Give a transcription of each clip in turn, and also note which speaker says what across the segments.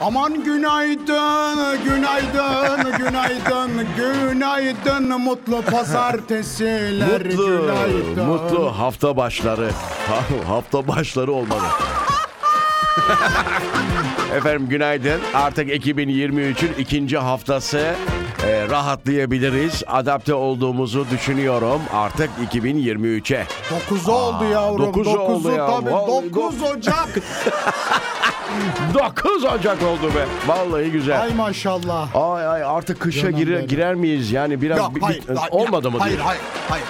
Speaker 1: Aman günaydın, günaydın, günaydın, günaydın mutlu pazartesiler,
Speaker 2: Mutlu,
Speaker 1: günaydın.
Speaker 2: mutlu hafta başları. Ha- hafta başları olmalı. Efendim günaydın. Artık 2023'ün ikinci haftası. Ee, rahatlayabiliriz. Adapte olduğumuzu düşünüyorum. Artık 2023'e.
Speaker 1: Dokuzu oldu yavrum,
Speaker 2: dokuzu
Speaker 1: dokuzu,
Speaker 2: oldu ya.
Speaker 1: tabii,
Speaker 2: Vallahi
Speaker 1: dokuz Ocak.
Speaker 2: 9 Ocak oldu be. Vallahi güzel.
Speaker 1: Ay maşallah.
Speaker 2: Ay ay artık kışa
Speaker 1: Canım
Speaker 2: girer,
Speaker 1: benim.
Speaker 2: girer miyiz? Yani biraz
Speaker 1: Yok,
Speaker 2: bir-
Speaker 1: hayır,
Speaker 2: bir-
Speaker 1: hayır,
Speaker 2: olmadı mı
Speaker 1: Hayır,
Speaker 2: diye.
Speaker 1: hayır, hayır.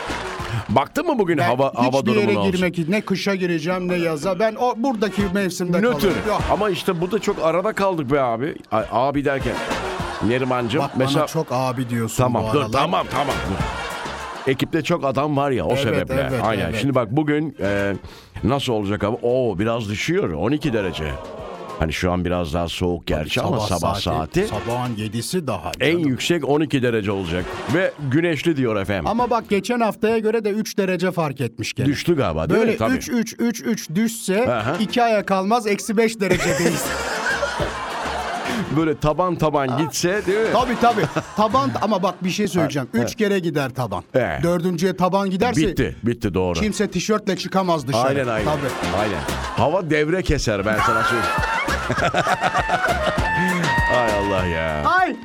Speaker 2: Baktın mı bugün
Speaker 1: Ben
Speaker 2: hava hava
Speaker 1: Hiçbir yere
Speaker 2: durumuna? olsun?
Speaker 1: girmek ne kışa gireceğim ne yaza. Ben o buradaki mevsimde
Speaker 2: Nötr.
Speaker 1: kalırım. Yok.
Speaker 2: Ama işte bu da çok arada kaldık be abi. A- abi derken. Nerimancığım
Speaker 1: Bak
Speaker 2: mesela
Speaker 1: bana çok abi diyorsun
Speaker 2: tamam
Speaker 1: bu
Speaker 2: dur
Speaker 1: aralar.
Speaker 2: tamam tamam. dur. Ekipte çok adam var ya o
Speaker 1: Evet,
Speaker 2: sebeple.
Speaker 1: evet,
Speaker 2: Aynen.
Speaker 1: evet.
Speaker 2: Şimdi bak bugün e, nasıl olacak ama o biraz düşüyor 12 derece. Hani şu an biraz daha soğuk gerçi ama sabah saati,
Speaker 1: Sabahın yedisi daha.
Speaker 2: en
Speaker 1: canım.
Speaker 2: yüksek 12 derece olacak ve güneşli diyor efendim.
Speaker 1: Ama bak geçen haftaya göre de 3 derece fark etmiş gene.
Speaker 2: Düştü galiba değil
Speaker 1: Böyle
Speaker 2: mi? Tabii.
Speaker 1: 3 3 3 3 düşse
Speaker 2: Aha.
Speaker 1: 2 aya kalmaz eksi 5 derecedeyiz.
Speaker 2: Böyle taban taban gitse değil mi?
Speaker 1: tabii tabii. Taban ama bak bir şey söyleyeceğim. 3 kere gider taban.
Speaker 2: Evet.
Speaker 1: Dördüncüye taban giderse
Speaker 2: Bitti, bitti doğru.
Speaker 1: kimse tişörtle çıkamaz dışarı.
Speaker 2: Aynen aynen.
Speaker 1: Tabii.
Speaker 2: Aynen. Hava devre keser ben sana söyleyeyim. Ay Allah ya.
Speaker 1: Ay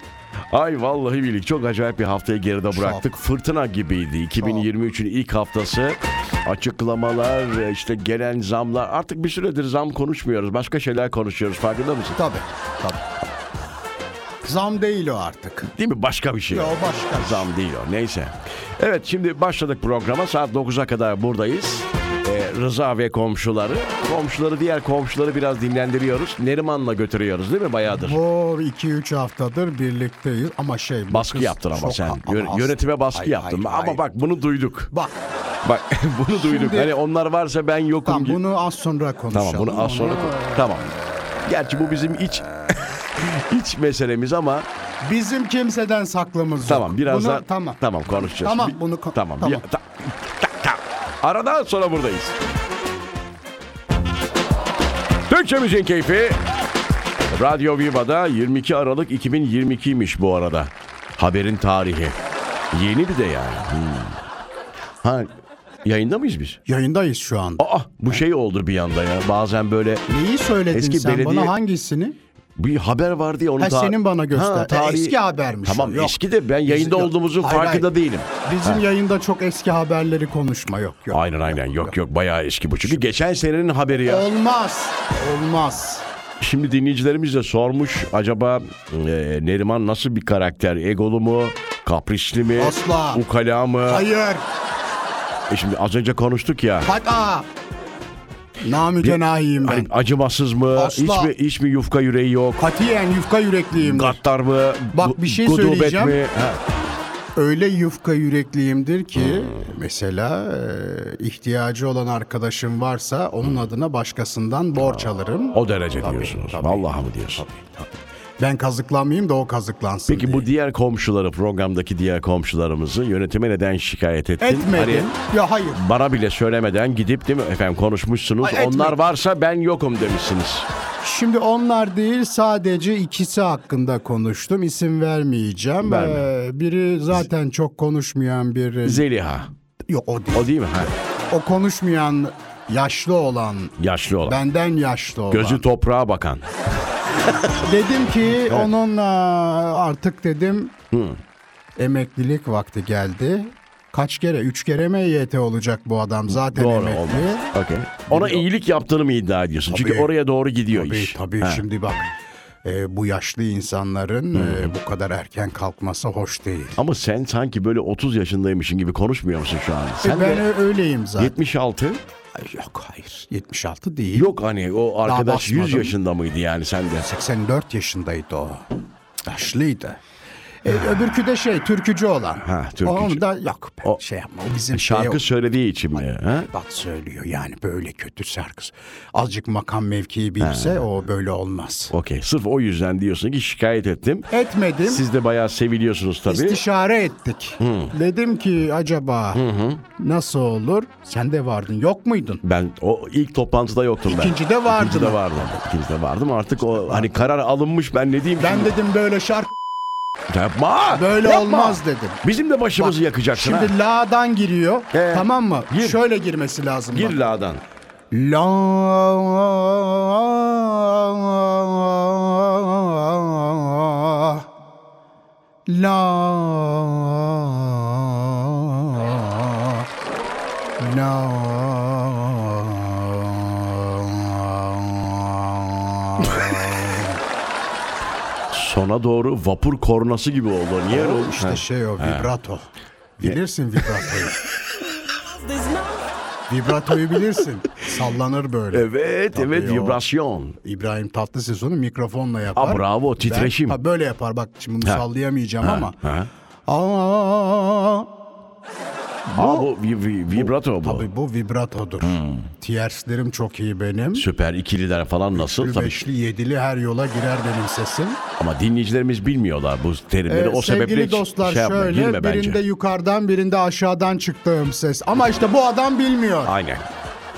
Speaker 2: Ay vallahi birlik çok acayip bir haftayı geride bıraktık. Fırtına gibiydi 2023'ün ilk haftası. Açıklamalar, işte gelen zamlar. Artık bir süredir zam konuşmuyoruz. Başka şeyler konuşuyoruz. Farkında mısın?
Speaker 1: tabii. Tabii. Zam değil o artık.
Speaker 2: Değil mi? Başka bir şey.
Speaker 1: Ya o başka.
Speaker 2: Zam değil o. Neyse. Evet şimdi başladık programa. Saat 9'a kadar buradayız. Ee, Rıza ve komşuları. Komşuları diğer komşuları biraz dinlendiriyoruz. Neriman'la götürüyoruz değil mi bayağıdır?
Speaker 1: O 2-3 haftadır birlikteyiz ama şey bu
Speaker 2: Baskı
Speaker 1: kız
Speaker 2: yaptın ama
Speaker 1: çok-
Speaker 2: sen.
Speaker 1: ama
Speaker 2: Yö-
Speaker 1: hasta.
Speaker 2: Yönetime baskı
Speaker 1: Hayır,
Speaker 2: yaptın.
Speaker 1: hayır,
Speaker 2: ama
Speaker 1: hayır.
Speaker 2: bak bunu duyduk.
Speaker 1: bak
Speaker 2: Bak bunu duyduk.
Speaker 1: Şimdi-
Speaker 2: Hani onlar varsa ben yokum.
Speaker 1: tamam
Speaker 2: gibi.
Speaker 1: bunu az sonra konuşalım.
Speaker 2: Tamam bunu az sonra. Tamam. Gerçi bu bizim iç iç meselemiz ama
Speaker 1: Bizim kimseden saklımız yok.
Speaker 2: Tamam biraz
Speaker 1: Bunu-
Speaker 2: daha
Speaker 1: tamam.
Speaker 2: tamam konuşacağız.
Speaker 1: Tamam,
Speaker 2: Bir-
Speaker 1: bunu ko-
Speaker 2: tamam.
Speaker 1: tamam.
Speaker 2: bir- ta- ta- ta- Aradan sonra buradayız. Türkçe Müziğin Keyfi Radyo Viva'da 22 Aralık 2022'ymiş bu arada. Haberin tarihi. Yeni bir de yani. Hmm. Ha, yayında mıyız biz?
Speaker 1: Yayındayız şu anda.
Speaker 2: Aa bu şey oldu bir anda ya. Bazen böyle
Speaker 1: Neyi söyledin
Speaker 2: Eski
Speaker 1: sen
Speaker 2: belediye-
Speaker 1: bana hangisini?
Speaker 2: bir haber var diye onu
Speaker 1: Ha,
Speaker 2: ta-
Speaker 1: senin bana göster.
Speaker 2: Ha, tarihi-
Speaker 1: Eski habermiş o,
Speaker 2: Tamam
Speaker 1: yok.
Speaker 2: eski de ben yayında
Speaker 1: Yok.
Speaker 2: olduğumuzun
Speaker 1: Hayır,
Speaker 2: farkında
Speaker 1: hayır.
Speaker 2: değilim.
Speaker 1: Bizim yayında çok eski haberleri konuşma yok yok.
Speaker 2: Aynen aynen. Yok yok bayağı eski bu. Çünkü geçen senenin haberi ya.
Speaker 1: Olmaz. Olmaz.
Speaker 2: Şimdi dinleyicilerimiz de sormuş acaba e, Neriman nasıl bir karakter? Egolu mu? Kaprisli mi?
Speaker 1: Asla.
Speaker 2: Ukala mı?
Speaker 1: Hayır.
Speaker 2: E şimdi az önce konuştuk ya.
Speaker 1: Hatta. Namütenahiyim ben.
Speaker 2: Hani acımasız mı?
Speaker 1: Asla.
Speaker 2: Hiç mi, hiç mi yufka yüreği yok?
Speaker 1: Katiyen yufka yürekliyim.
Speaker 2: Gaddar mı?
Speaker 1: Bak,
Speaker 2: Gu-
Speaker 1: bir şey
Speaker 2: gudubet
Speaker 1: söyleyeceğim.
Speaker 2: mi? Ha,
Speaker 1: Öyle yufka yürekliyimdir ki mesela e, ihtiyacı olan arkadaşım varsa onun adına başkasından borç alırım.
Speaker 2: o derece diyorsunuz. Vallahi mı diyorsun?
Speaker 1: Ben kazıklanmayayım da o kazıklansın.
Speaker 2: Peki bu diğer komşuları programdaki diğer komşularımızı yönetime neden şikayet ettin? Hani-
Speaker 1: Etmedim. Ya hayır.
Speaker 2: Bana bile söylemeden gidip değil mi efendim konuşmuşsunuz.
Speaker 1: Ay, etmeyin.
Speaker 2: Onlar varsa ben yokum demişsiniz.
Speaker 1: Şimdi onlar değil sadece ikisi hakkında konuştum. İsim vermeyeceğim.
Speaker 2: Verme.
Speaker 1: Ee, biri zaten çok konuşmayan bir...
Speaker 2: Zeliha.
Speaker 1: Yok o değil.
Speaker 2: O değil mi? Ha,
Speaker 1: O konuşmayan yaşlı olan...
Speaker 2: yaşlı olan.
Speaker 1: Benden yaşlı olan.
Speaker 2: Gözü toprağa bakan.
Speaker 1: Dedim ki onunla artık dedim emeklilik vakti geldi. Kaç kere? Üç kere mi EYT olacak bu adam zaten
Speaker 2: Doğru
Speaker 1: emekli.
Speaker 2: olmaz. Okey. Ona iyilik yaptığını mı iddia ediyorsun? Çünkü oraya doğru gidiyor
Speaker 1: Tabii
Speaker 2: iş.
Speaker 1: tabii
Speaker 2: Ha.
Speaker 1: şimdi bak e, bu yaşlı insanların e, bu kadar erken kalkması hoş değil.
Speaker 2: Ama sen sanki böyle 30 yaşındaymışsın gibi konuşmuyor musun şu an?
Speaker 1: E,
Speaker 2: Sen
Speaker 1: ben
Speaker 2: de
Speaker 1: ö- öyleyim zaten.
Speaker 2: 76.
Speaker 1: Ay, Yok hayır 76 değil.
Speaker 2: Yok hani o arkadaş 100
Speaker 1: basmadım.
Speaker 2: yaşında mıydı yani sen de?
Speaker 1: 84 yaşındaydı o. Yaşlıydı. E, öbürkü de şey türkücü olan.
Speaker 2: Ha, türkücü.
Speaker 1: Onun da yok be,
Speaker 2: O-
Speaker 1: şey yapma o bizim şey
Speaker 2: Şarkı
Speaker 1: yok.
Speaker 2: söylediği için mi? Ha?
Speaker 1: Bak söylüyor yani böyle kötü şarkısı. Azıcık makam mevkii bilse o böyle olmaz.
Speaker 2: Okey. Sırf o yüzden diyorsun ki şikayet ettim.
Speaker 1: Etmedim.
Speaker 2: Siz de bayağı seviliyorsunuz tabii.
Speaker 1: İstişare ettik. Dedim ki acaba nasıl olur? Sen de vardın yok muydun?
Speaker 2: ben o ilk toplantıda yoktum ben.
Speaker 1: İkincide vardın.
Speaker 2: İkincide vardım. İkincide vardım. Artık o hani karar alınmış. Ben ne diyeyim?
Speaker 1: Ben dedim böyle şarkı
Speaker 2: yapma.
Speaker 1: böyle
Speaker 2: yapma.
Speaker 1: olmaz dedim.
Speaker 2: Bizim de başımızı
Speaker 1: Bak,
Speaker 2: yakacaksın ha.
Speaker 1: Şimdi la'dan giriyor.
Speaker 2: Ee,
Speaker 1: tamam mı?
Speaker 2: gir.
Speaker 1: Şöyle girmesi lazım.
Speaker 2: Gir
Speaker 1: bak.
Speaker 2: la'dan.
Speaker 1: La La La
Speaker 2: Sona doğru vapur kornası gibi oldu. Niye öyle oldu?
Speaker 1: İşte
Speaker 2: Ha.
Speaker 1: şey o vibrato. Bilirsin vibratoyu. vibratoyu bilirsin. Sallanır böyle.
Speaker 2: Evet,
Speaker 1: Tabii
Speaker 2: evet
Speaker 1: o.
Speaker 2: vibrasyon.
Speaker 1: İbrahim Tatlıses onu mikrofonla yapar.
Speaker 2: Ha, bravo,
Speaker 1: Ben-
Speaker 2: titreşim.
Speaker 1: ha, böyle yapar bak şimdi bunu
Speaker 2: Ha.
Speaker 1: sallayamayacağım ama.
Speaker 2: Ha.
Speaker 1: Aa,
Speaker 2: Aa, bu vi- vi- vibrato bu.
Speaker 1: tabii bu vibratodur.
Speaker 2: Hmm.
Speaker 1: Tierslerim çok iyi benim.
Speaker 2: Süper ikililer falan nasıl?
Speaker 1: Ül
Speaker 2: Tabii.
Speaker 1: Beşli, yedili her yola girer benim sesim.
Speaker 2: Ama dinleyicilerimiz bilmiyorlar bu terimleri.
Speaker 1: Ee,
Speaker 2: o sebeple
Speaker 1: sevgili
Speaker 2: hiç
Speaker 1: dostlar
Speaker 2: şey yapma,
Speaker 1: şöyle
Speaker 2: girme
Speaker 1: birinde
Speaker 2: bence.
Speaker 1: yukarıdan birinde aşağıdan çıktığım ses. Ama işte bu adam bilmiyor.
Speaker 2: Aynen.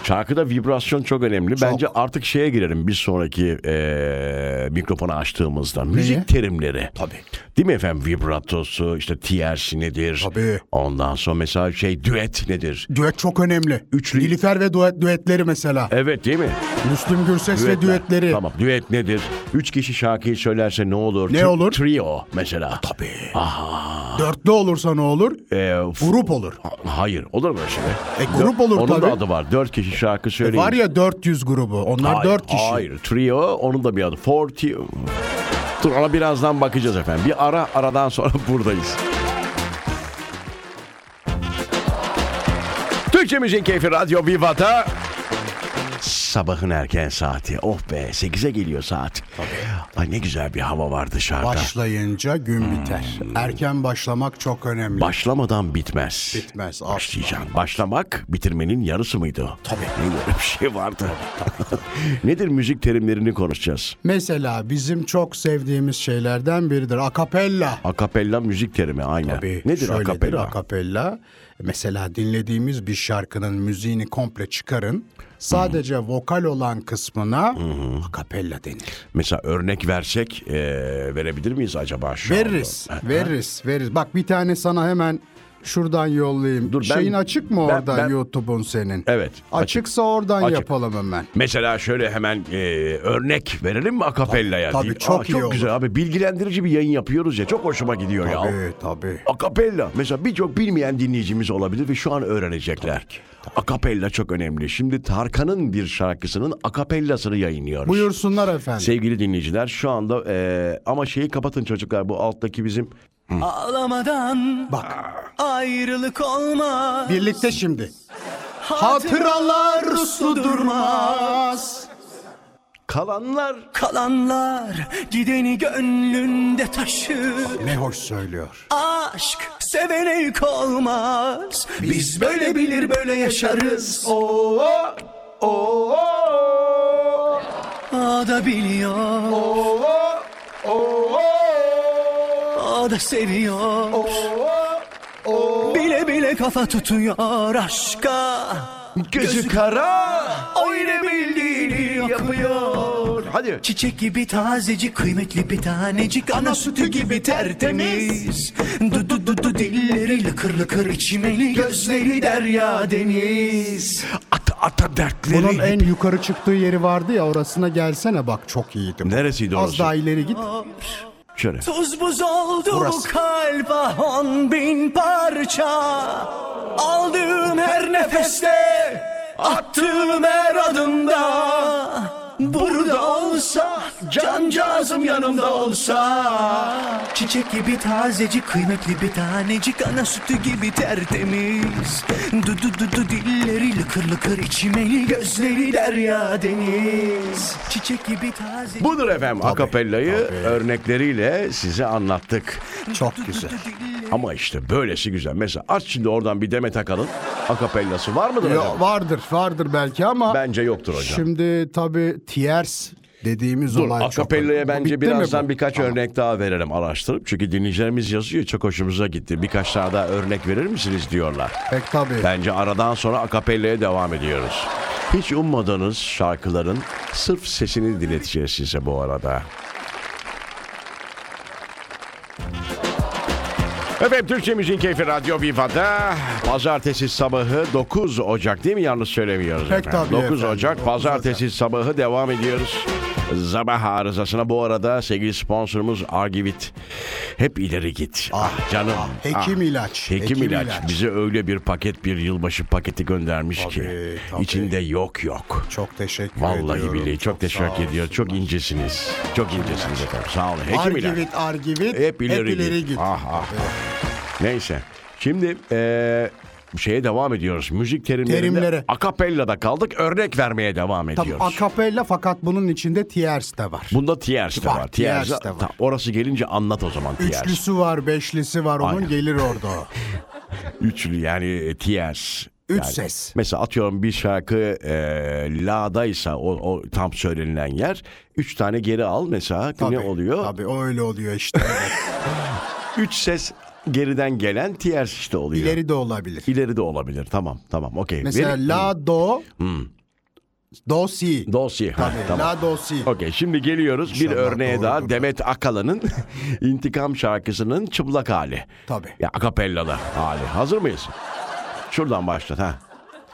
Speaker 2: Şarkıda vibrasyon çok önemli. Bence artık şeye girelim bir sonraki eee mikrofonu açtığımızda. Müzik terimleri. Tabii. Değil mi efendim? Vibratosu, işte tiersi nedir?
Speaker 1: Tabii.
Speaker 2: Ondan sonra mesela şey düet nedir?
Speaker 1: Düet çok önemli.
Speaker 2: Üçlü-
Speaker 1: Nilüfer ve duet, düetleri mesela.
Speaker 2: Evet değil mi?
Speaker 1: Müslüm Gürses ve
Speaker 2: Düetler.
Speaker 1: düetleri.
Speaker 2: Tamam. Düet nedir? Üç kişi şarkıyı söylerse ne olur?
Speaker 1: Ne
Speaker 2: Tri-
Speaker 1: olur? E,
Speaker 2: Trio mesela.
Speaker 1: Tabii. Dörtlü olursa ne olur?
Speaker 2: Ee, f-
Speaker 1: Grup olur.
Speaker 2: Hayır. Olur mu öyle şey?
Speaker 1: E, grup
Speaker 2: Dö-
Speaker 1: olur
Speaker 2: Onun
Speaker 1: tabii. E,
Speaker 2: da adı var. Dört kişi şarkı söyleyin.
Speaker 1: Var ya 400 grubu. Onlar
Speaker 2: Hayır,
Speaker 1: 4 kişi.
Speaker 2: Hayır. Trio onun da bir adı. Forty. Dur ona birazdan bakacağız efendim. Bir ara aradan sonra buradayız. Türkçe Müzik Keyfi Radyo Viva'da sabahın erken saati. Oh be 8'e geliyor saat. Ay ne güzel bir hava var dışarıda.
Speaker 1: Başlayınca gün
Speaker 2: Hmm.
Speaker 1: biter. Erken başlamak çok önemli.
Speaker 2: Başlamadan bitmez.
Speaker 1: Bitmez, asla.
Speaker 2: Başlayacağım. Başlamak bitirmenin yarısı mıydı?
Speaker 1: Tabii.
Speaker 2: Neydi öyle bir şey vardı. Nedir müzik terimlerini konuşacağız.
Speaker 1: Mesela bizim çok sevdiğimiz şeylerden biridir. Akapella.
Speaker 2: Akapella müzik terimi aynen.
Speaker 1: Tabii,
Speaker 2: Nedir
Speaker 1: şöyledir
Speaker 2: akapella?
Speaker 1: akapella? Mesela dinlediğimiz bir şarkının müziğini komple çıkarın. Sadece
Speaker 2: Hmm.
Speaker 1: vokal olan kısmına akapella denir.
Speaker 2: Mesela örnek versek eee, verebilir miyiz acaba şu anda?
Speaker 1: Veririz, veririz, veririz. Bak bir tane sana hemen şuradan yollayayım.
Speaker 2: Dur, ben-
Speaker 1: Şeyin açık mı
Speaker 2: ben-
Speaker 1: orada
Speaker 2: ben-
Speaker 1: YouTube'un senin?
Speaker 2: Evet, açık.
Speaker 1: Açıksa oradan
Speaker 2: Açık.
Speaker 1: yapalım hemen.
Speaker 2: Mesela şöyle hemen eee, örnek verelim mi akapellaya?
Speaker 1: Tabii,
Speaker 2: Değil-
Speaker 1: çok
Speaker 2: Aa,
Speaker 1: iyi olur.
Speaker 2: güzel abi. Bilgilendirici bir yayın yapıyoruz ya. Çok hoşuma gidiyor ya.
Speaker 1: Tabii tabii.
Speaker 2: Akapella. Mesela birçok bilmeyen dinleyicimiz olabilir ve şu an öğrenecekler. Akapella çok önemli. Şimdi Tarkan'ın bir şarkısının akapellasını yayınlıyoruz.
Speaker 1: Buyursunlar efendim.
Speaker 2: Sevgili dinleyiciler şu anda eee, ama şeyi kapatın çocuklar bu alttaki bizim
Speaker 3: Ağlamadan
Speaker 1: Bak
Speaker 3: ayrılık olmaz.
Speaker 1: birlikte şimdi.
Speaker 3: Hatıralar
Speaker 1: Hatıralar
Speaker 3: su
Speaker 1: su durmaz.
Speaker 2: kalanlar
Speaker 3: kalanlar gideni gönlünde taşır.
Speaker 1: Ne hoş söylüyor.
Speaker 3: Aşk sevene yük olmaz. Biz böyle bilir böyle yaşarız.
Speaker 2: Oo, oo,
Speaker 3: O da biliyor,
Speaker 2: oo, oo,
Speaker 3: o da seviyor.
Speaker 2: oo.
Speaker 3: Bile bile kafa tutuyor aşka.
Speaker 2: Gözü kara
Speaker 3: Oyna bildiğini yapıyor.
Speaker 2: Hadi
Speaker 3: Çiçek gibi tazecik kıymetli bir tanecik Ana sütü gibi tertemiz Du du du du dilleri lıkır lıkır içmeli Gözleri derya deniz
Speaker 2: Ata ata dertleri
Speaker 1: Bunun en yukarı çıktığı yeri vardı ya orasına gelsene bak çok iyiydi. bu.
Speaker 2: Neresiydi orası?
Speaker 1: Az daha ileri git.
Speaker 2: Şöyle
Speaker 3: Tuz buz oldu bu
Speaker 1: Burası.
Speaker 3: kalp ah on bin parça Aldığım her nefeste Attığım her adımda burada olsa Cancağızım yanımda olsa Çiçek gibi tazecik kıymetli bir tanecik Ana sütü gibi tertemiz Du du du du dilleri lıkır lıkır içmeli Gözleri derya deniz Çiçek gibi tazecik
Speaker 2: Budur efendim akapellayı örnekleriyle size anlattık.
Speaker 1: Çok
Speaker 3: du du
Speaker 1: güzel.
Speaker 3: du dilleri-
Speaker 2: Ama işte böylesi güzel. Mesela aç şimdi oradan bir Demet Akalın akapellası var mıdır?
Speaker 1: Yo,
Speaker 2: efendim?
Speaker 1: vardır, vardır belki ama
Speaker 2: Bence yoktur hocam.
Speaker 1: şimdi tabii tiers dediğimiz
Speaker 2: Dur,
Speaker 1: olay çok
Speaker 2: akapellaya
Speaker 1: önemli.
Speaker 2: bence
Speaker 1: Bitti mi
Speaker 2: birazdan
Speaker 1: bu?
Speaker 2: birkaç örnek daha verelim araştırıp. Çünkü dinleyicilerimiz yazıyor çok hoşumuza gitti. Birkaç tane daha örnek verir misiniz diyorlar.
Speaker 1: Pek tabii.
Speaker 2: Bence aradan sonra akapellaya devam ediyoruz. Hiç ummadığınız şarkıların sırf sesini dinleteceğiz size bu arada. Efendim Türkçe Müziğin Keyfi Radyo Viva'da pazartesi sabahı 9 Ocak değil mi? Yanlış söylemiyoruz
Speaker 1: Pek
Speaker 2: efendim. 9
Speaker 1: tabii efendim,
Speaker 2: Ocak
Speaker 1: 9
Speaker 2: pazartesi sabahı devam ediyoruz. Sabah arızasına bu arada sevgili sponsorumuz Argivit. Hep ileri git. Ah, canım. Ah.
Speaker 1: Hekim ilaç,
Speaker 2: Hekim,
Speaker 1: hekim
Speaker 2: ilaç.
Speaker 1: ilaç.
Speaker 2: Bize öyle bir paket bir yılbaşı paketi göndermiş ki.
Speaker 1: Tabii, tabii.
Speaker 2: içinde yok yok.
Speaker 1: Çok teşekkür
Speaker 2: Vallahi
Speaker 1: ediyorum.
Speaker 2: billahi çok, teşekkür ediyorum. Çok incesiniz. Çok incesiniz efendim. Sağ olun. Hekim ilaç.
Speaker 1: Argivit, argivit.
Speaker 2: Hep ileri, git. Ah, ah, ah. Neyse. Şimdi eee, şeye devam ediyoruz. Müzik terimlerinde
Speaker 1: Terimlere.
Speaker 2: akapella'da kaldık. Örnek vermeye devam
Speaker 1: Tabii
Speaker 2: ediyoruz.
Speaker 1: akapella fakat bunun içinde tiers de var.
Speaker 2: Bunda tiers de
Speaker 1: Var,
Speaker 2: var.
Speaker 1: tiers
Speaker 2: Tiers de-
Speaker 1: de var.
Speaker 2: Tamam, orası gelince anlat o zaman tiers.
Speaker 1: Üçlüsü var, beşlisi var onun
Speaker 2: Aynen.
Speaker 1: gelir orada. o.
Speaker 2: Üçlü yani e, tiers.
Speaker 1: Üç
Speaker 2: Yani
Speaker 1: ses.
Speaker 2: Mesela atıyorum bir şarkı e, la'daysa o, o tam söylenilen yer. Üç tane geri al mesela
Speaker 1: Tabii,
Speaker 2: ne oluyor?
Speaker 1: Tabii o öyle oluyor işte. evet.
Speaker 2: Üç ses geriden gelen tiers işte oluyor. İleri,
Speaker 1: İleri de olabilir.
Speaker 2: de olabilir. Tamam tamam okey.
Speaker 1: Mesela
Speaker 2: Verin-
Speaker 1: la do do si.
Speaker 2: Dosya. Hmm. Ha,
Speaker 1: Tabii,
Speaker 2: tamam.
Speaker 1: la do si.
Speaker 2: Okey şimdi geliyoruz bir
Speaker 1: İnşallah
Speaker 2: örneğe
Speaker 1: doğru
Speaker 2: daha
Speaker 1: budur.
Speaker 2: Demet Akalın'ın İntikam şarkısının çıplak hali.
Speaker 1: Tabii.
Speaker 2: Ya akapellalı hali. Hazır mıyız? Şuradan başlat ha.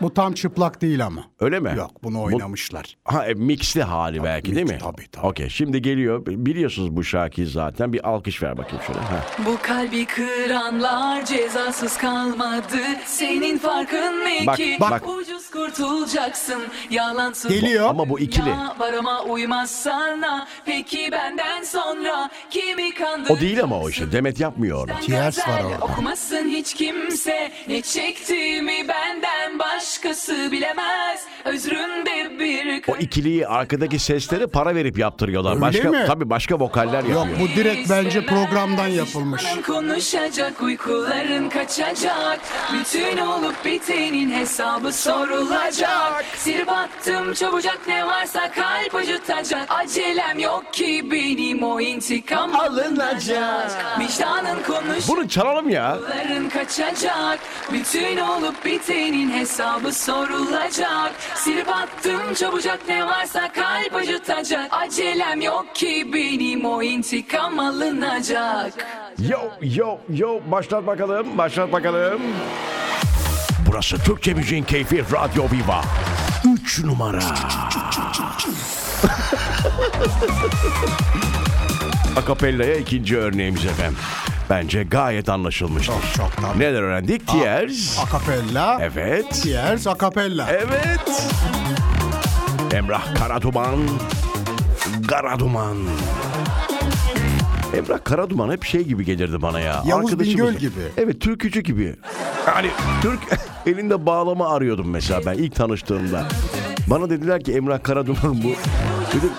Speaker 1: Bu tam çıplak değil ama.
Speaker 2: Öyle mi?
Speaker 1: Yok bunu
Speaker 2: Bu-
Speaker 1: oynamışlar.
Speaker 2: Ha e, mixli hali belki değil
Speaker 1: mix,
Speaker 2: mi?
Speaker 1: tabii, tabii.
Speaker 2: Okey şimdi geliyor. Biliyorsunuz bu şarkıyı zaten. Bir alkış ver bakayım şöyle. Ha.
Speaker 4: Bu kalbi kıranlar cezasız kalmadı. Senin farkın ne
Speaker 2: Bak,
Speaker 4: ki?
Speaker 2: bak.
Speaker 4: Ucuz kurtulacaksın. Yalansız.
Speaker 1: Geliyor.
Speaker 2: Ama bu ikili.
Speaker 4: Ya varıma uymaz sana. Peki benden sonra kimi kandıracaksın?
Speaker 2: O değil ama o işte. Demet yapmıyor onu.
Speaker 1: Tiyers var
Speaker 4: Gazel
Speaker 1: orada.
Speaker 4: Okumasın hiç kimse. Ne çektiğimi benden başkası bilemez. Özründe bir
Speaker 2: O ikiliyi arkadaki sesleri para verip yaptırıyorlar.
Speaker 1: Öyle
Speaker 2: başka
Speaker 1: mi?
Speaker 2: Tabii başka vokaller yapıyor.
Speaker 1: Yok bu direkt bence programdan yapılmış.
Speaker 4: Düşmanın konuşacak, uykuların kaçacak. Bütün olup bitenin hesabı sorulacak. Sir battım çabucak ne varsa kalp acıtacak. Acelem yok ki benim o intikam alınacak. Vicdanın konuş.
Speaker 2: Bunu çalalım ya.
Speaker 4: Yolların kaçacak Bütün olup bitenin hesabı sorulacak Silip attım çabucak ne varsa kalp acıtacak Acelem yok ki benim o intikam alınacak
Speaker 2: Yo yo yo başlat bakalım başlat bakalım. Burası Türkçe Müziğin Keyfi Radyo Viva. 3 numara. Akapella'ya ikinci örneğimiz efendim. Bence gayet anlaşılmıştır.
Speaker 1: Çok çok tabii.
Speaker 2: Neler öğrendik? Tiers.
Speaker 1: Akapella.
Speaker 2: Evet.
Speaker 1: Tiers akapella.
Speaker 2: Evet. Emrah Karaduman. Karaduman. Emrah Karaduman hep şey gibi gelirdi bana ya.
Speaker 1: Yavuz
Speaker 2: Arkadaşımız-
Speaker 1: Bingöl gibi.
Speaker 2: Evet türkücü gibi. Hani Türk elinde bağlama arıyordum mesela ben ilk tanıştığımda. Bana dediler ki Emrah Karaduman bu. Dedim,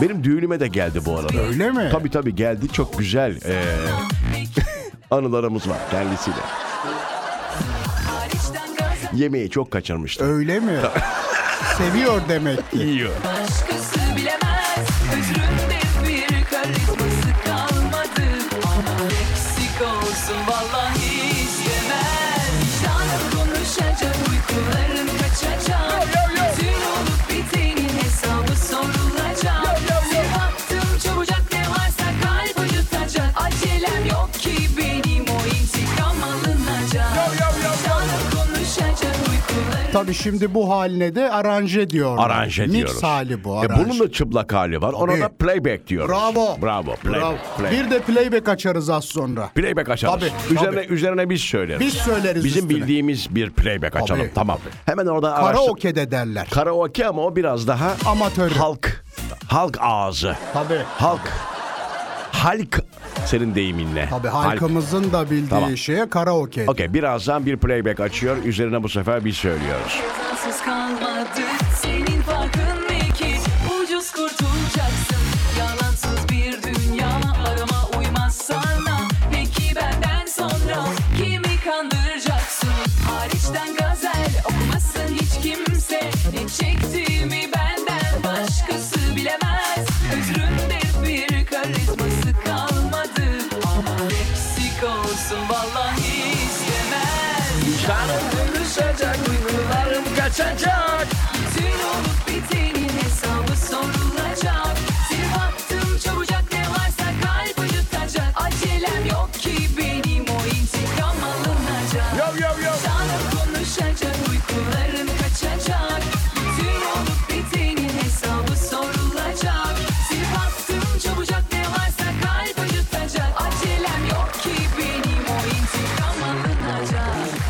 Speaker 2: benim düğünüme de geldi bu arada.
Speaker 1: Öyle mi?
Speaker 2: Tabii tabii geldi çok güzel eee, anılarımız var kendisiyle.
Speaker 4: Hariçten gazel
Speaker 2: Yemeği çok kaçırmıştım.
Speaker 1: Öyle mi? Seviyor demek ki.
Speaker 2: Yiyor.
Speaker 4: başkası bilemez Özründe bir karizması kalmadı Ama eksik olsun vallahi istemez Vicdanın konuşacak uykuların kaçacak Bütün olup bitenin hesabı sorulacak Sen baktım çabucak ne varsa kalp acıtacak Acelem yok ki benim o intikam alınacak Vicdanın konuşacak uykuların
Speaker 1: Tabii şimdi bu haline de aranje diyorlar.
Speaker 2: Aranje diyoruz.
Speaker 1: Mix hali bu.
Speaker 2: E,
Speaker 1: Aranje.
Speaker 2: bunun da çıplak hali var. Ona
Speaker 1: Tabii.
Speaker 2: da playback diyoruz.
Speaker 1: Bravo.
Speaker 2: Bravo. Playback.
Speaker 1: Bravo.
Speaker 2: playback.
Speaker 1: Bir de playback açarız az sonra.
Speaker 2: Playback açarız.
Speaker 1: Tabii,
Speaker 2: üzerine,
Speaker 1: tabii.
Speaker 2: üzerine biz söyleriz.
Speaker 1: Biz söyleriz
Speaker 2: Bizim
Speaker 1: üstüne.
Speaker 2: bildiğimiz bir playback açalım.
Speaker 1: Tabii.
Speaker 2: Tamam. Hemen orada araştır.
Speaker 1: Karaoke'de derler.
Speaker 2: Karaoke ama o biraz daha
Speaker 1: Amatör.
Speaker 2: halk. Halk ağzı.
Speaker 1: Tabii.
Speaker 2: Halk. Halk senin deyiminle.
Speaker 1: Tabii
Speaker 2: Halk.
Speaker 1: halkımızın da bildiği
Speaker 2: Tamam.
Speaker 1: şeye karaoke.
Speaker 2: Okey birazdan bir playback açıyor. Üzerine bu sefer biz söylüyoruz.
Speaker 4: Cezasız kalmadı Senin farkın ne ki Ucuz kurtulacaksın Yalansız bir dünya Arama uymaz sana Peki benden sonra Kimi kandıracaksın Hariçten gazel okumasın hiç kimse Ne çektiğimi benden Başkası bilemez Özründe bir karizması kalmadı Ama eksik olsun Vallahi istemez Canım duruşacak, duygularım kaçacak Bütün olup bitenin hesabı sorulacak Silip attım çabucak ne varsa kalp acıtacak Acelem yok ki benim o intikam alınacak
Speaker 2: Yo, yo, yo.
Speaker 4: Canım konuşacak, uykularım kaçacak Bütün olup bitenin hesabı sorulacak Silip attım çabucak ne varsa kalp acıtacak Acelem yok ki benim o intikam alınacak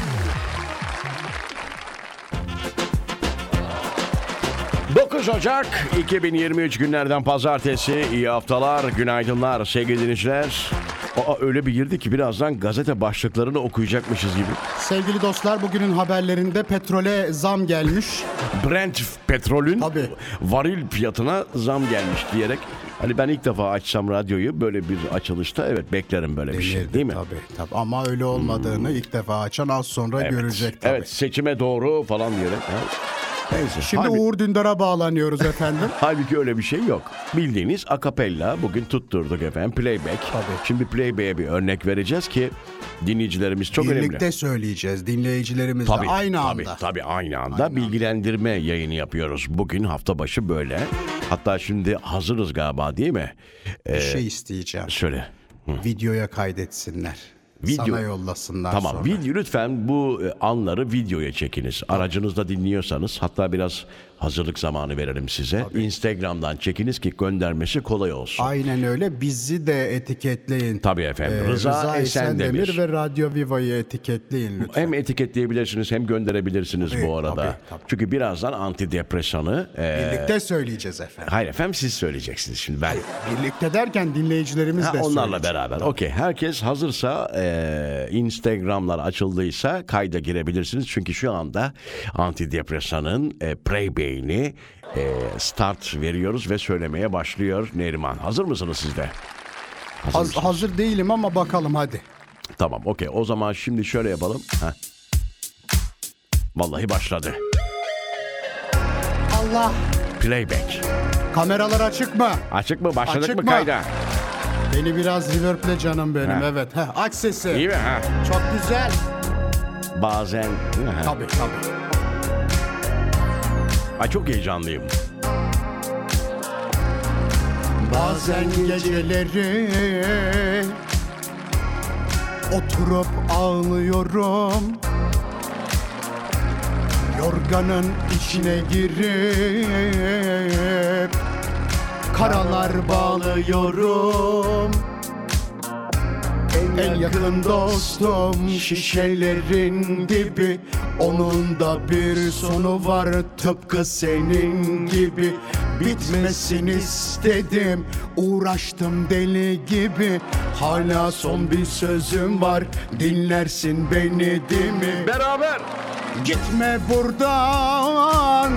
Speaker 2: Yo. 9 Ocak 2023 günlerden pazartesi. İyi haftalar, günaydınlar sevgili dinleyiciler. Aa, öyle bir girdi ki birazdan gazete başlıklarını okuyacakmışız gibi.
Speaker 1: Sevgili dostlar bugünün haberlerinde petrole zam gelmiş.
Speaker 2: Brent petrolün
Speaker 1: Tabii.
Speaker 2: varil fiyatına zam gelmiş diyerek hani ben ilk defa açsam radyoyu böyle bir açılışta evet beklerim böyle bir şey değil mi? Hmm.
Speaker 1: Tabii, tabii. Ama öyle olmadığını ilk defa açan az sonra
Speaker 2: Evet.
Speaker 1: görecek tabii.
Speaker 2: Evet seçime doğru falan diyerek. Ha. Neyse.
Speaker 1: Şimdi
Speaker 2: halbuki,
Speaker 1: Uğur Dündar'a bağlanıyoruz efendim.
Speaker 2: halbuki öyle bir şey yok. Bildiğiniz akapella bugün tutturduk efendim playback.
Speaker 1: Tabii.
Speaker 2: Şimdi playback'e bir örnek vereceğiz ki dinleyicilerimiz çok
Speaker 1: Birlikte
Speaker 2: önemli.
Speaker 1: söyleyeceğiz dinleyicilerimizle
Speaker 2: Tabii,
Speaker 1: aynı
Speaker 2: tabii,
Speaker 1: anda.
Speaker 2: Tabii aynı anda bilgilendirme yayını yapıyoruz. Bugün hafta başı böyle. Hatta şimdi hazırız galiba değil mi?
Speaker 1: Bir
Speaker 2: Ee,
Speaker 1: şey isteyeceğim.
Speaker 2: Şöyle.
Speaker 1: Videoya kaydetsinler.
Speaker 2: Video-
Speaker 1: Sana yollasınlar
Speaker 2: Tamam.
Speaker 1: sonra.
Speaker 2: Video lütfen bu e, anları videoya çekiniz. Aracınızda dinliyorsanız hatta biraz hazırlık zamanı verelim size. Instagram'dan çekiniz ki göndermesi kolay olsun.
Speaker 1: Aynen öyle. Bizi de etiketleyin.
Speaker 2: Tabii efendim.
Speaker 1: Ee,
Speaker 2: Rıza, Esendemir.
Speaker 1: ve Radyo Viva'yı etiketleyin lütfen.
Speaker 2: Hem etiketleyebilirsiniz hem gönderebilirsiniz
Speaker 1: Tabii,
Speaker 2: bu arada.
Speaker 1: tabii, tabii.
Speaker 2: Çünkü birazdan antidepresanı e,
Speaker 1: Birlikte söyleyeceğiz efendim.
Speaker 2: Hayır efendim siz söyleyeceksiniz şimdi ben.
Speaker 1: Birlikte derken dinleyicilerimiz
Speaker 2: Ha,
Speaker 1: de
Speaker 2: onlarla
Speaker 1: söyleyecek.
Speaker 2: beraber. Okey. Herkes hazırsa e, Instagram'lar açıldıysa kayda girebilirsiniz. Çünkü şu anda antidepresanın e, Preybey'ini e, start veriyoruz ve söylemeye başlıyor Neriman. Hazır mısınız siz de? Hazır
Speaker 1: Haz-
Speaker 2: mısınız?
Speaker 1: hazır değilim ama bakalım hadi.
Speaker 2: Tamam okey. O zaman şimdi şöyle yapalım. Heh. Vallahi başladı.
Speaker 1: Allah
Speaker 2: Playback.
Speaker 1: kameralar açık mı?
Speaker 2: Açık mı? Başladık
Speaker 1: Açık
Speaker 2: mı
Speaker 1: mı?
Speaker 2: kayda?
Speaker 1: Beni biraz reverb'le canım benim
Speaker 2: Ha.
Speaker 1: evet. Heh, aç sesi.
Speaker 2: İyi mi? Ha.
Speaker 1: Çok güzel.
Speaker 2: Bazen... Ha.
Speaker 1: Tabii tabii.
Speaker 2: Ay çok heyecanlıyım.
Speaker 1: Bazen geceleri oturup ağlıyorum. Yorganın içine girip karalar bağlıyorum. En yakın dostum şişelerin gibi Onun da bir sonu var tıpkı senin gibi Bitmesin istedim uğraştım deli gibi Hala son bir sözüm var dinlersin beni değil mi?
Speaker 2: Beraber.
Speaker 1: Gitme buradan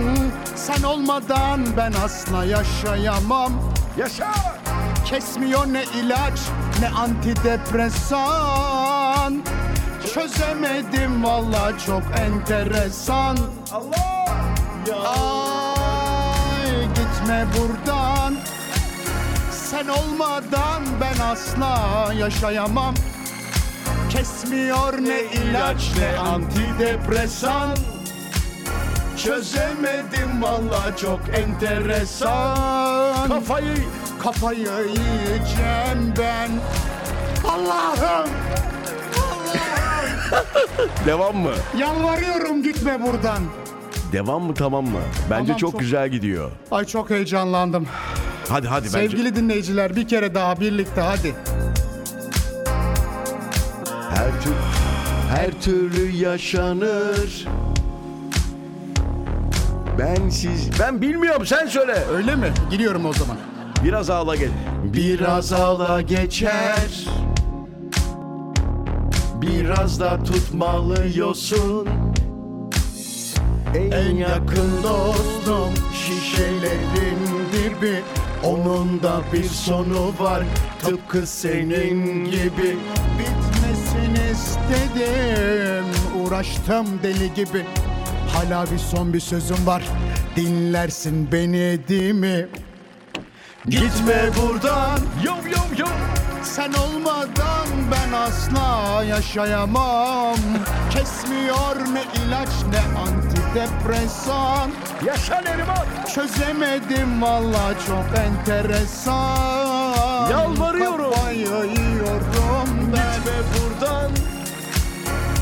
Speaker 1: sen olmadan ben asla yaşayamam
Speaker 2: Yaşa.
Speaker 1: Kesmiyor ne ilaç ne antidepresan Çözemedim valla çok enteresan Ay gitme buradan Sen olmadan ben asla yaşayamam Kesmiyor ne ilaç ne antidepresan Çözemedim valla çok enteresan
Speaker 2: Kafayı
Speaker 1: Kafayı yiyeceğim ben Allah'ım Allah'ım
Speaker 2: Devam mı?
Speaker 1: Yalvarıyorum gitme buradan.
Speaker 2: Devam mı tamam mı? Bence
Speaker 1: Tamam,
Speaker 2: çok,
Speaker 1: çok-
Speaker 2: güzel gidiyor.
Speaker 1: Ay çok heyecanlandım.
Speaker 2: Hadi hadi bence.
Speaker 1: Sevgili dinleyiciler bir kere daha birlikte hadi.
Speaker 2: Her tür her türlü yaşanır. Ben siz ben bilmiyorum sen söyle.
Speaker 1: Öyle mi? Gidiyorum o zaman.
Speaker 2: Biraz ağla gel. Biraz ağla geçer. Biraz da tutmalıyorsun. En yakın dostum şişelerin dibi Onun da bir sonu var tıpkı senin gibi
Speaker 1: Bitmesin istedim Uğraştım deli gibi Hala bir son bir sözüm var Dinlersin beni değil mi? Gitme buradan
Speaker 2: Yo yo yo
Speaker 1: Sen olmadan ben asla yaşayamam Kesmiyor ne ilaç ne antidepresan
Speaker 2: yaşa Neriman
Speaker 1: Çözemedim valla çok enteresan
Speaker 2: Yalvarıyorum.
Speaker 1: Kafayı yiyorum ben
Speaker 2: Gitme buradan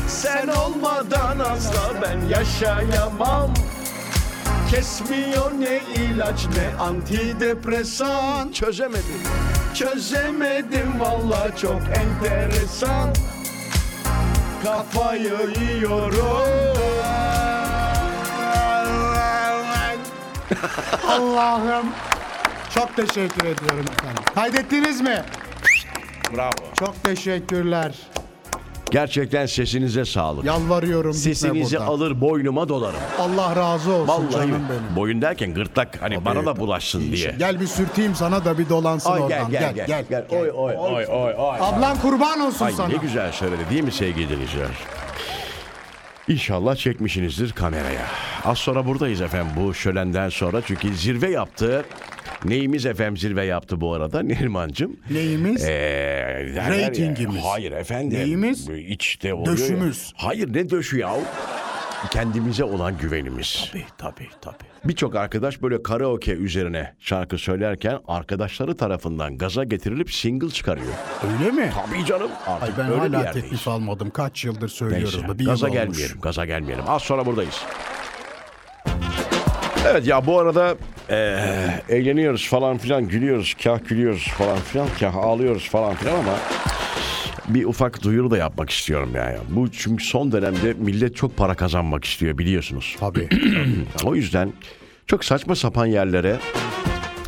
Speaker 2: Sen olmadan asla ben yaşayamam Kesmiyor ne ilaç
Speaker 1: E,
Speaker 2: ne antidepresan Çözemedim Çözemedim valla çok enteresan Kafayı yiyorum
Speaker 1: Allah'ım. Çok teşekkür ediyorum efendim. Kaydettiniz mi?
Speaker 2: Bravo.
Speaker 1: Çok teşekkürler.
Speaker 2: Gerçekten sesinize sağlık.
Speaker 1: Yalvarıyorum
Speaker 2: Sesinizi
Speaker 1: gitme buradan.
Speaker 2: alır boynuma dolarım.
Speaker 1: Allah razı olsun
Speaker 2: Vallahi
Speaker 1: canım benim.
Speaker 2: boyun derken gırtlak hani bana da bulaşsın diye.
Speaker 1: Gel bir sürteyim sana da bir dolansın
Speaker 2: Ay,
Speaker 1: oradan. Gel gel gel.
Speaker 2: Oy oy oy oy oy.
Speaker 1: Ablan kurban olsun
Speaker 2: Ay
Speaker 1: sana.
Speaker 2: ne güzel söyledi değil mi sevgili dinleyiciler? İnşallah çekmişsinizdir kameraya. Az sonra buradayız efendim bu şölenden sonra çünkü zirve yaptı. Neyimiz efendim zirve yaptı bu arada Neriman'cım?
Speaker 1: Neyimiz?
Speaker 2: Ee,
Speaker 1: Ratingimiz.
Speaker 2: Hayır efendim.
Speaker 1: Neyimiz?
Speaker 2: İçte oluyor.
Speaker 1: Döşümüz.
Speaker 2: ya. Hayır ne döşü ya? Kendimize olan güvenimiz.
Speaker 3: Tabii tabii tabii.
Speaker 2: Birçok arkadaş böyle karaoke üzerine şarkı söylerken arkadaşları tarafından gaza getirilip single çıkarıyor.
Speaker 1: Öyle mi?
Speaker 2: Tabii canım artık
Speaker 1: Ay ben
Speaker 2: öyle bir
Speaker 1: hala
Speaker 2: yerdeyiz.
Speaker 1: teklif almadım. Kaç yıldır söylüyoruz
Speaker 2: Neyse,
Speaker 1: bu. Bir
Speaker 2: gaza
Speaker 1: yıl olmuş.
Speaker 2: gelmeyelim, gaza gelmeyelim. Az sonra buradayız. Evet ya bu arada eee, eğleniyoruz falan filan, gülüyoruz, kah gülüyoruz falan filan, kah ağlıyoruz falan filan ama bir ufak duyuru da yapmak istiyorum yani. Bu çünkü son dönemde millet çok para kazanmak istiyor biliyorsunuz.
Speaker 1: Tabii.
Speaker 2: O yüzden çok saçma sapan yerlere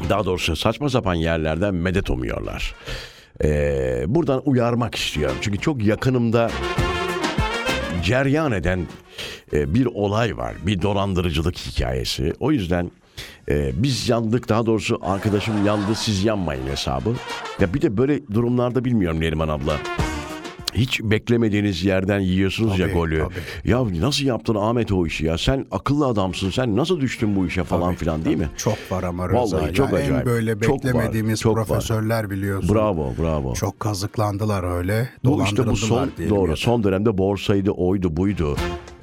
Speaker 2: daha doğrusu saçma sapan yerlerden medet umuyorlar. Ee, buradan uyarmak istiyorum. Çünkü çok yakınımda ceryan eden e, bir olay var. Bir dolandırıcılık hikayesi. O yüzden e, biz yandık daha doğrusu arkadaşım yandı siz yanmayın hesabı. Ya bir de böyle durumlarda bilmiyorum Neriman abla. Hiç beklemediğiniz yerden yiyorsunuz ya
Speaker 1: Tabii,
Speaker 2: golü.
Speaker 1: tabii.
Speaker 2: Ya nasıl yaptın Ahmet o işi ya? Sen akıllı adamsın. Sen nasıl düştün bu işe falan filan değil mi?
Speaker 1: Çok var ama Rıza.
Speaker 2: Vallahi
Speaker 1: ya.
Speaker 2: çok acayip.
Speaker 1: En böyle
Speaker 2: Çok var,
Speaker 1: beklemediğimiz
Speaker 2: çok var.
Speaker 1: profesörler biliyorsun.
Speaker 2: Bravo, bravo.
Speaker 1: Çok kazıklandılar öyle.
Speaker 2: Bu işte bu son
Speaker 1: Dolandırıldılar diyelim
Speaker 2: doğru.
Speaker 1: ya da.
Speaker 2: Son dönemde borsaydı, oydu, buydu.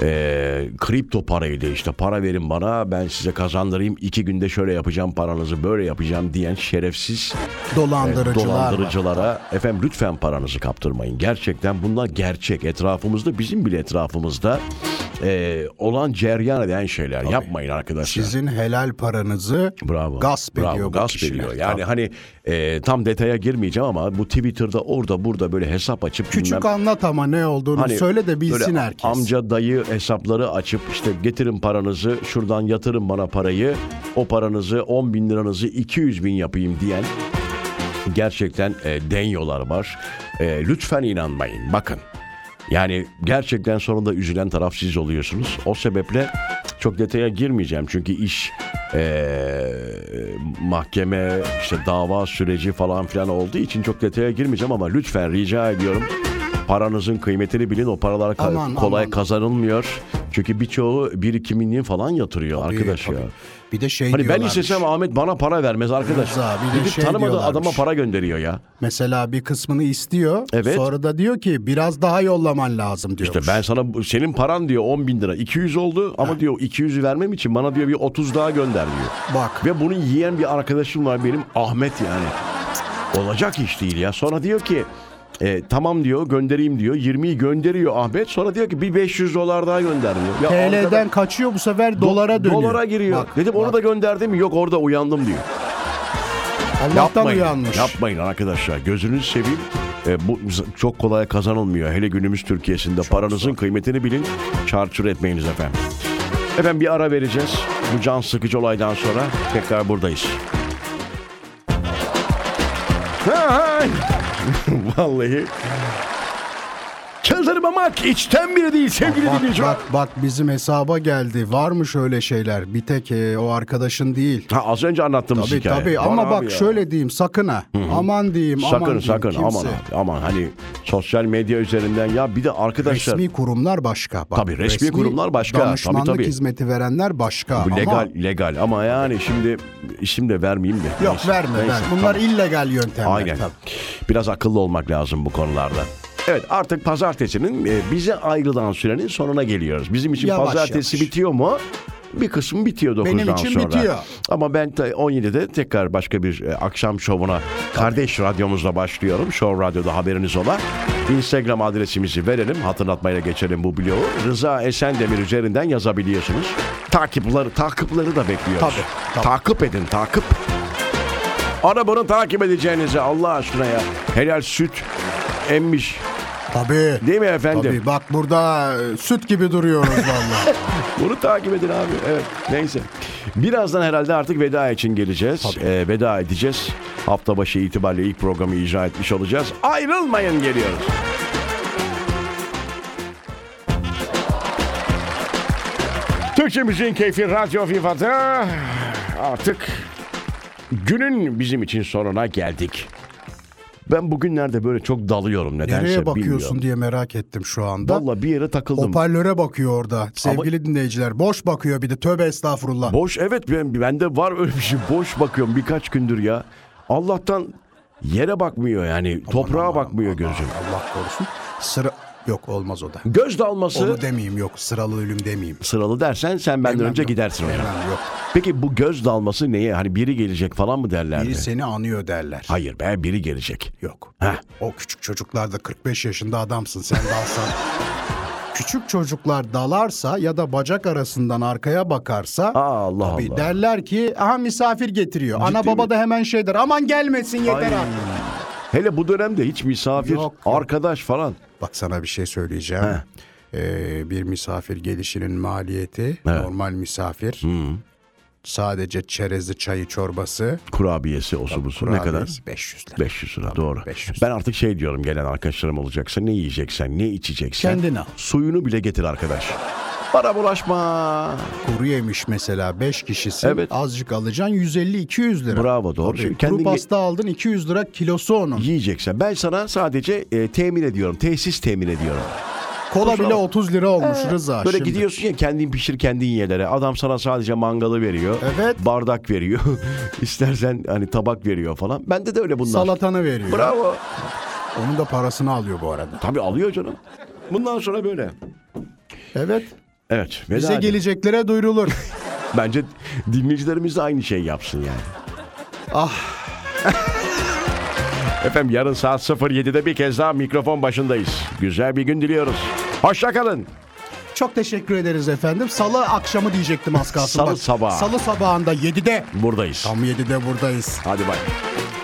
Speaker 2: Ee, kripto paraydı işte. Para verin bana, ben size kazandırayım. iki günde şöyle yapacağım paranızı, böyle yapacağım diyen şerefsiz
Speaker 1: Dolandırıcılar. var.
Speaker 2: dolandırıcılara efendim lütfen paranızı kaptırmayın. Gerçekten bunlar gerçek. Etrafımızda, bizim bile etrafımızda ee, olan ceryan eden şeyler. Yapmayın arkadaşlar.
Speaker 1: Sizin helal paranızı
Speaker 2: Bravo.
Speaker 1: gasp
Speaker 2: bravo,
Speaker 1: ediyor bu
Speaker 2: gasp
Speaker 1: kişiler.
Speaker 2: ediyor. Yani hani e, tam detaya girmeyeceğim ama bu Twitter'da orada burada böyle hesap açıp
Speaker 1: Küçük
Speaker 2: bilmem-
Speaker 1: anlat ama ne olduğunu
Speaker 2: hani
Speaker 1: söyle de bilsin
Speaker 2: böyle
Speaker 1: herkes.
Speaker 2: Amca dayı hesapları açıp işte getirin paranızı şuradan yatırın bana parayı o paranızı 10 bin liranızı 200 bin yapayım diyen gerçekten e, denyolar var. E, lütfen inanmayın bakın. Yani gerçekten sonunda üzülen taraf siz oluyorsunuz. O sebeple çok detaya girmeyeceğim çünkü iş e, mahkeme işte dava süreci falan filan olduğu için çok detaya girmeyeceğim ama lütfen rica ediyorum paranızın kıymetini bilin o paralar ka-
Speaker 1: Aman,
Speaker 2: kolay
Speaker 1: aman.
Speaker 2: kazanılmıyor. Çünkü birçoğu birikimini falan yatırıyor
Speaker 1: Tabii,
Speaker 2: arkadaş
Speaker 1: tabii.
Speaker 2: ya.
Speaker 1: Bir de şey
Speaker 2: Hani ben
Speaker 1: diyorlarmış.
Speaker 2: istesem Ahmet bana para vermez arkadaş.
Speaker 1: Rıza, bir de
Speaker 2: Gidip
Speaker 1: şey
Speaker 2: tanımadığı
Speaker 1: diyorlarmış.
Speaker 2: adama para gönderiyor ya.
Speaker 1: Mesela bir kısmını istiyor.
Speaker 2: Evet.
Speaker 1: Sonra da diyor ki biraz daha yollaman lazım diyor.
Speaker 2: İşte ben sana bu- senin paran diyor 10 bin lira 200 oldu ama diyor 200'ü vermem için bana diyor bir 30 daha gönder diyor.
Speaker 1: Bak.
Speaker 2: Ve bunu yiyen bir arkadaşım var benim Ahmet yani. Olacak iş değil ya. Sonra diyor ki E, tamam diyor göndereyim diyor. 20'yi gönderiyor Ahmet. Sonra diyor ki bir 500 dolar daha gönder diyor. Ya
Speaker 1: TL'den
Speaker 2: arkada-
Speaker 1: kaçıyor bu sefer dolara dönüyor.
Speaker 2: Dolara giriyor.
Speaker 1: Bak,
Speaker 2: Dedim onu
Speaker 1: bak.
Speaker 2: da gönderdim. Yok orada uyandım diyor.
Speaker 1: Allah'tan uyanmış.
Speaker 2: Yapmayın arkadaşlar. Gözünüzü seveyim. E, bu z- çok kolay kazanılmıyor. Hele günümüz Türkiye'sinde paranızın kıymetini bilin. Çarçur etmeyiniz efendim. Efendim bir ara vereceğiz. Bu can sıkıcı olaydan sonra tekrar buradayız. Ay! Vallahi çıldırmamak içten biri değil sevgili
Speaker 1: Bak
Speaker 2: dinleyiciler.
Speaker 1: bak bak bizim hesaba geldi. Var mı şöyle şeyler? Bir tek e, o arkadaşın değil.
Speaker 2: Ha, az önce anlattığımız
Speaker 1: Tabii
Speaker 2: hikaye.
Speaker 1: tabii
Speaker 2: Var
Speaker 1: ama
Speaker 2: abi
Speaker 1: bak
Speaker 2: ya.
Speaker 1: şöyle diyeyim sakın ha. Aman diyeyim aman
Speaker 2: Sakın
Speaker 1: diyeyim.
Speaker 2: sakın
Speaker 1: Kimse-
Speaker 2: aman abi aman hani sosyal medya üzerinden ya bir de arkadaşlar
Speaker 1: Resmi kurumlar başka. Bak,
Speaker 2: Tabii, resmi kurumlar başka. Tabii,
Speaker 1: Danışmanlık
Speaker 2: tabii.
Speaker 1: hizmeti verenler başka.
Speaker 2: bu legal
Speaker 1: Ama,
Speaker 2: legal ama yani şimdi isim de vermeyeyim de.
Speaker 1: yok
Speaker 2: Neyse,
Speaker 1: verme
Speaker 2: neyse,
Speaker 1: verme. Bunlar
Speaker 2: tamam.
Speaker 1: illegal yöntemler.
Speaker 2: Aynen.
Speaker 1: tabii.
Speaker 2: Biraz akıllı olmak lazım bu konularda. Evet artık pazartesinin e, bize ayrılan sürenin sonuna geliyoruz. Bizim için
Speaker 1: Yavaş
Speaker 2: pazartesi
Speaker 1: yavaş.
Speaker 2: bitiyor mu? Bir kısmı bitiyor 9'dan
Speaker 1: Benim için
Speaker 2: sonra.
Speaker 1: bitiyor.
Speaker 2: Ama ben ta- 17'de tekrar başka bir e, akşam şovuna kardeş radyomuzla başlıyorum. Show Radyo'da haberiniz ola. Instagram adresimizi verelim. Hatırlatmayla geçelim bu bloğu. Rıza Esendemir üzerinden yazabiliyorsunuz. Takipleri, takipleri da bekliyoruz.
Speaker 1: Tabii, tabii.
Speaker 2: Takip edin, takip. Arabanı takip edeceğinize Allah aşkına ya. Helal süt emmiş.
Speaker 1: Tabii.
Speaker 2: Değil mi efendim?
Speaker 1: Tabii bak burada e, süt gibi duruyoruz vallahi.
Speaker 2: Bunu takip edin abi. Evet. Neyse. Birazdan herhalde artık veda için geleceğiz. Ee, veda edeceğiz. Hafta başı itibariyle ilk programı icra etmiş olacağız. Ayrılmayın geliyoruz. Türkçe Müziğin Keyfi Radyo Viva'da artık günün bizim için sonuna geldik. Ben bugünlerde böyle çok dalıyorum nedense
Speaker 1: Nereye bakıyorsun
Speaker 2: bilmiyorum.
Speaker 1: diye merak ettim şu anda.
Speaker 2: Valla bir yere takıldım.
Speaker 1: Hoparlöre bakıyor orada. Sevgili dinleyiciler boş bakıyor bir de. Tövbe estağfurullah.
Speaker 2: Boş evet ben bende var öyle bir şey. Boş bakıyorum birkaç gündür ya. Allah'tan yere bakmıyor yani. toprağa bakmıyor gözüm.
Speaker 1: Allah korusun. Sıra yok olmaz o da.
Speaker 2: Göz dalması
Speaker 1: Onu demeyeyim yok. Sıralı ölüm demeyeyim.
Speaker 2: sıralı dersen sen benden
Speaker 1: Demem
Speaker 2: önce
Speaker 1: yok.
Speaker 2: gidersin oraya.
Speaker 1: Demem yok.
Speaker 2: Peki bu göz dalması neye? Hani biri gelecek falan mı derlerdi?
Speaker 1: Biri seni anıyor derler.
Speaker 2: Hayır be biri gelecek.
Speaker 1: Yok.
Speaker 2: Heh.
Speaker 1: O küçük çocuklar da 45 yaşında adamsın sen dalsan. küçük çocuklar dalarsa ya da bacak arasından arkaya bakarsa
Speaker 2: Aa, Allah
Speaker 1: tabii
Speaker 2: Allah.
Speaker 1: derler ki aha misafir getiriyor. Ana baba da hemen şey der aman gelmesin yeter
Speaker 2: Ay.
Speaker 1: artık.
Speaker 2: Hele bu dönemde hiç misafir,
Speaker 1: Yok, yok.
Speaker 2: arkadaş falan.
Speaker 1: Bak sana bir şey söyleyeceğim. Ee, bir misafir gelişinin maliyeti normal misafir. Sadece çerezi, çayı, çorbası
Speaker 2: Kurabiyesi, osubusu ne kadar?
Speaker 1: kurabiyesi 500 lira.
Speaker 2: 500 lira doğru.
Speaker 1: 500
Speaker 2: Ben artık şey diyorum gelen arkadaşlarım olacaksa ne yiyeceksen ne içeceksen.
Speaker 1: Kendin al.
Speaker 2: Suyunu bile getir arkadaş. Bana bulaşma.
Speaker 1: Kuru yemiş mesela 5 kişisin.
Speaker 2: Evet.
Speaker 1: Azıcık alacaksın 150-200 lira.
Speaker 2: Bravo, doğru.
Speaker 1: Tabii,
Speaker 2: Şimdi
Speaker 1: kuru
Speaker 2: kendin-
Speaker 1: pasta aldın 200 lira kilosu onun.
Speaker 2: Yiyeceksen. Ben sana sadece e, temin ediyorum. Tesis temin ediyorum.
Speaker 1: Kola
Speaker 2: kusura
Speaker 1: bile
Speaker 2: bak- Ee,
Speaker 1: 30 lira olmuş Rıza.
Speaker 2: Böyle
Speaker 1: şimdi.
Speaker 2: gidiyorsun ya kendin pişir kendin yerlere. Adam sana sadece mangalı veriyor.
Speaker 1: Evet.
Speaker 2: Bardak veriyor. İstersen hani tabak veriyor falan. Bende de öyle bunlar.
Speaker 1: Salatanı veriyor.
Speaker 2: Bravo.
Speaker 1: Onun da parasını alıyor bu arada.
Speaker 2: Tabii alıyor canım. Bundan sonra böyle.
Speaker 1: Evet.
Speaker 2: Evet. veda
Speaker 1: Bize
Speaker 2: edelim.
Speaker 1: geleceklere duyurulur.
Speaker 2: Bence dinleyicilerimiz de aynı şeyi yapsın yani. Ah. Efendim yarın saat 07'de bir kez daha mikrofon başındayız. Güzel bir gün diliyoruz. Hoşçakalın.
Speaker 1: Çok teşekkür ederiz efendim. Salı akşamı diyecektim az kalsın.
Speaker 2: Salı
Speaker 1: Bak,
Speaker 2: sabahı.
Speaker 1: Salı sabahında 7'de.
Speaker 2: Buradayız.
Speaker 1: Tam 7'de buradayız.
Speaker 2: Hadi bay.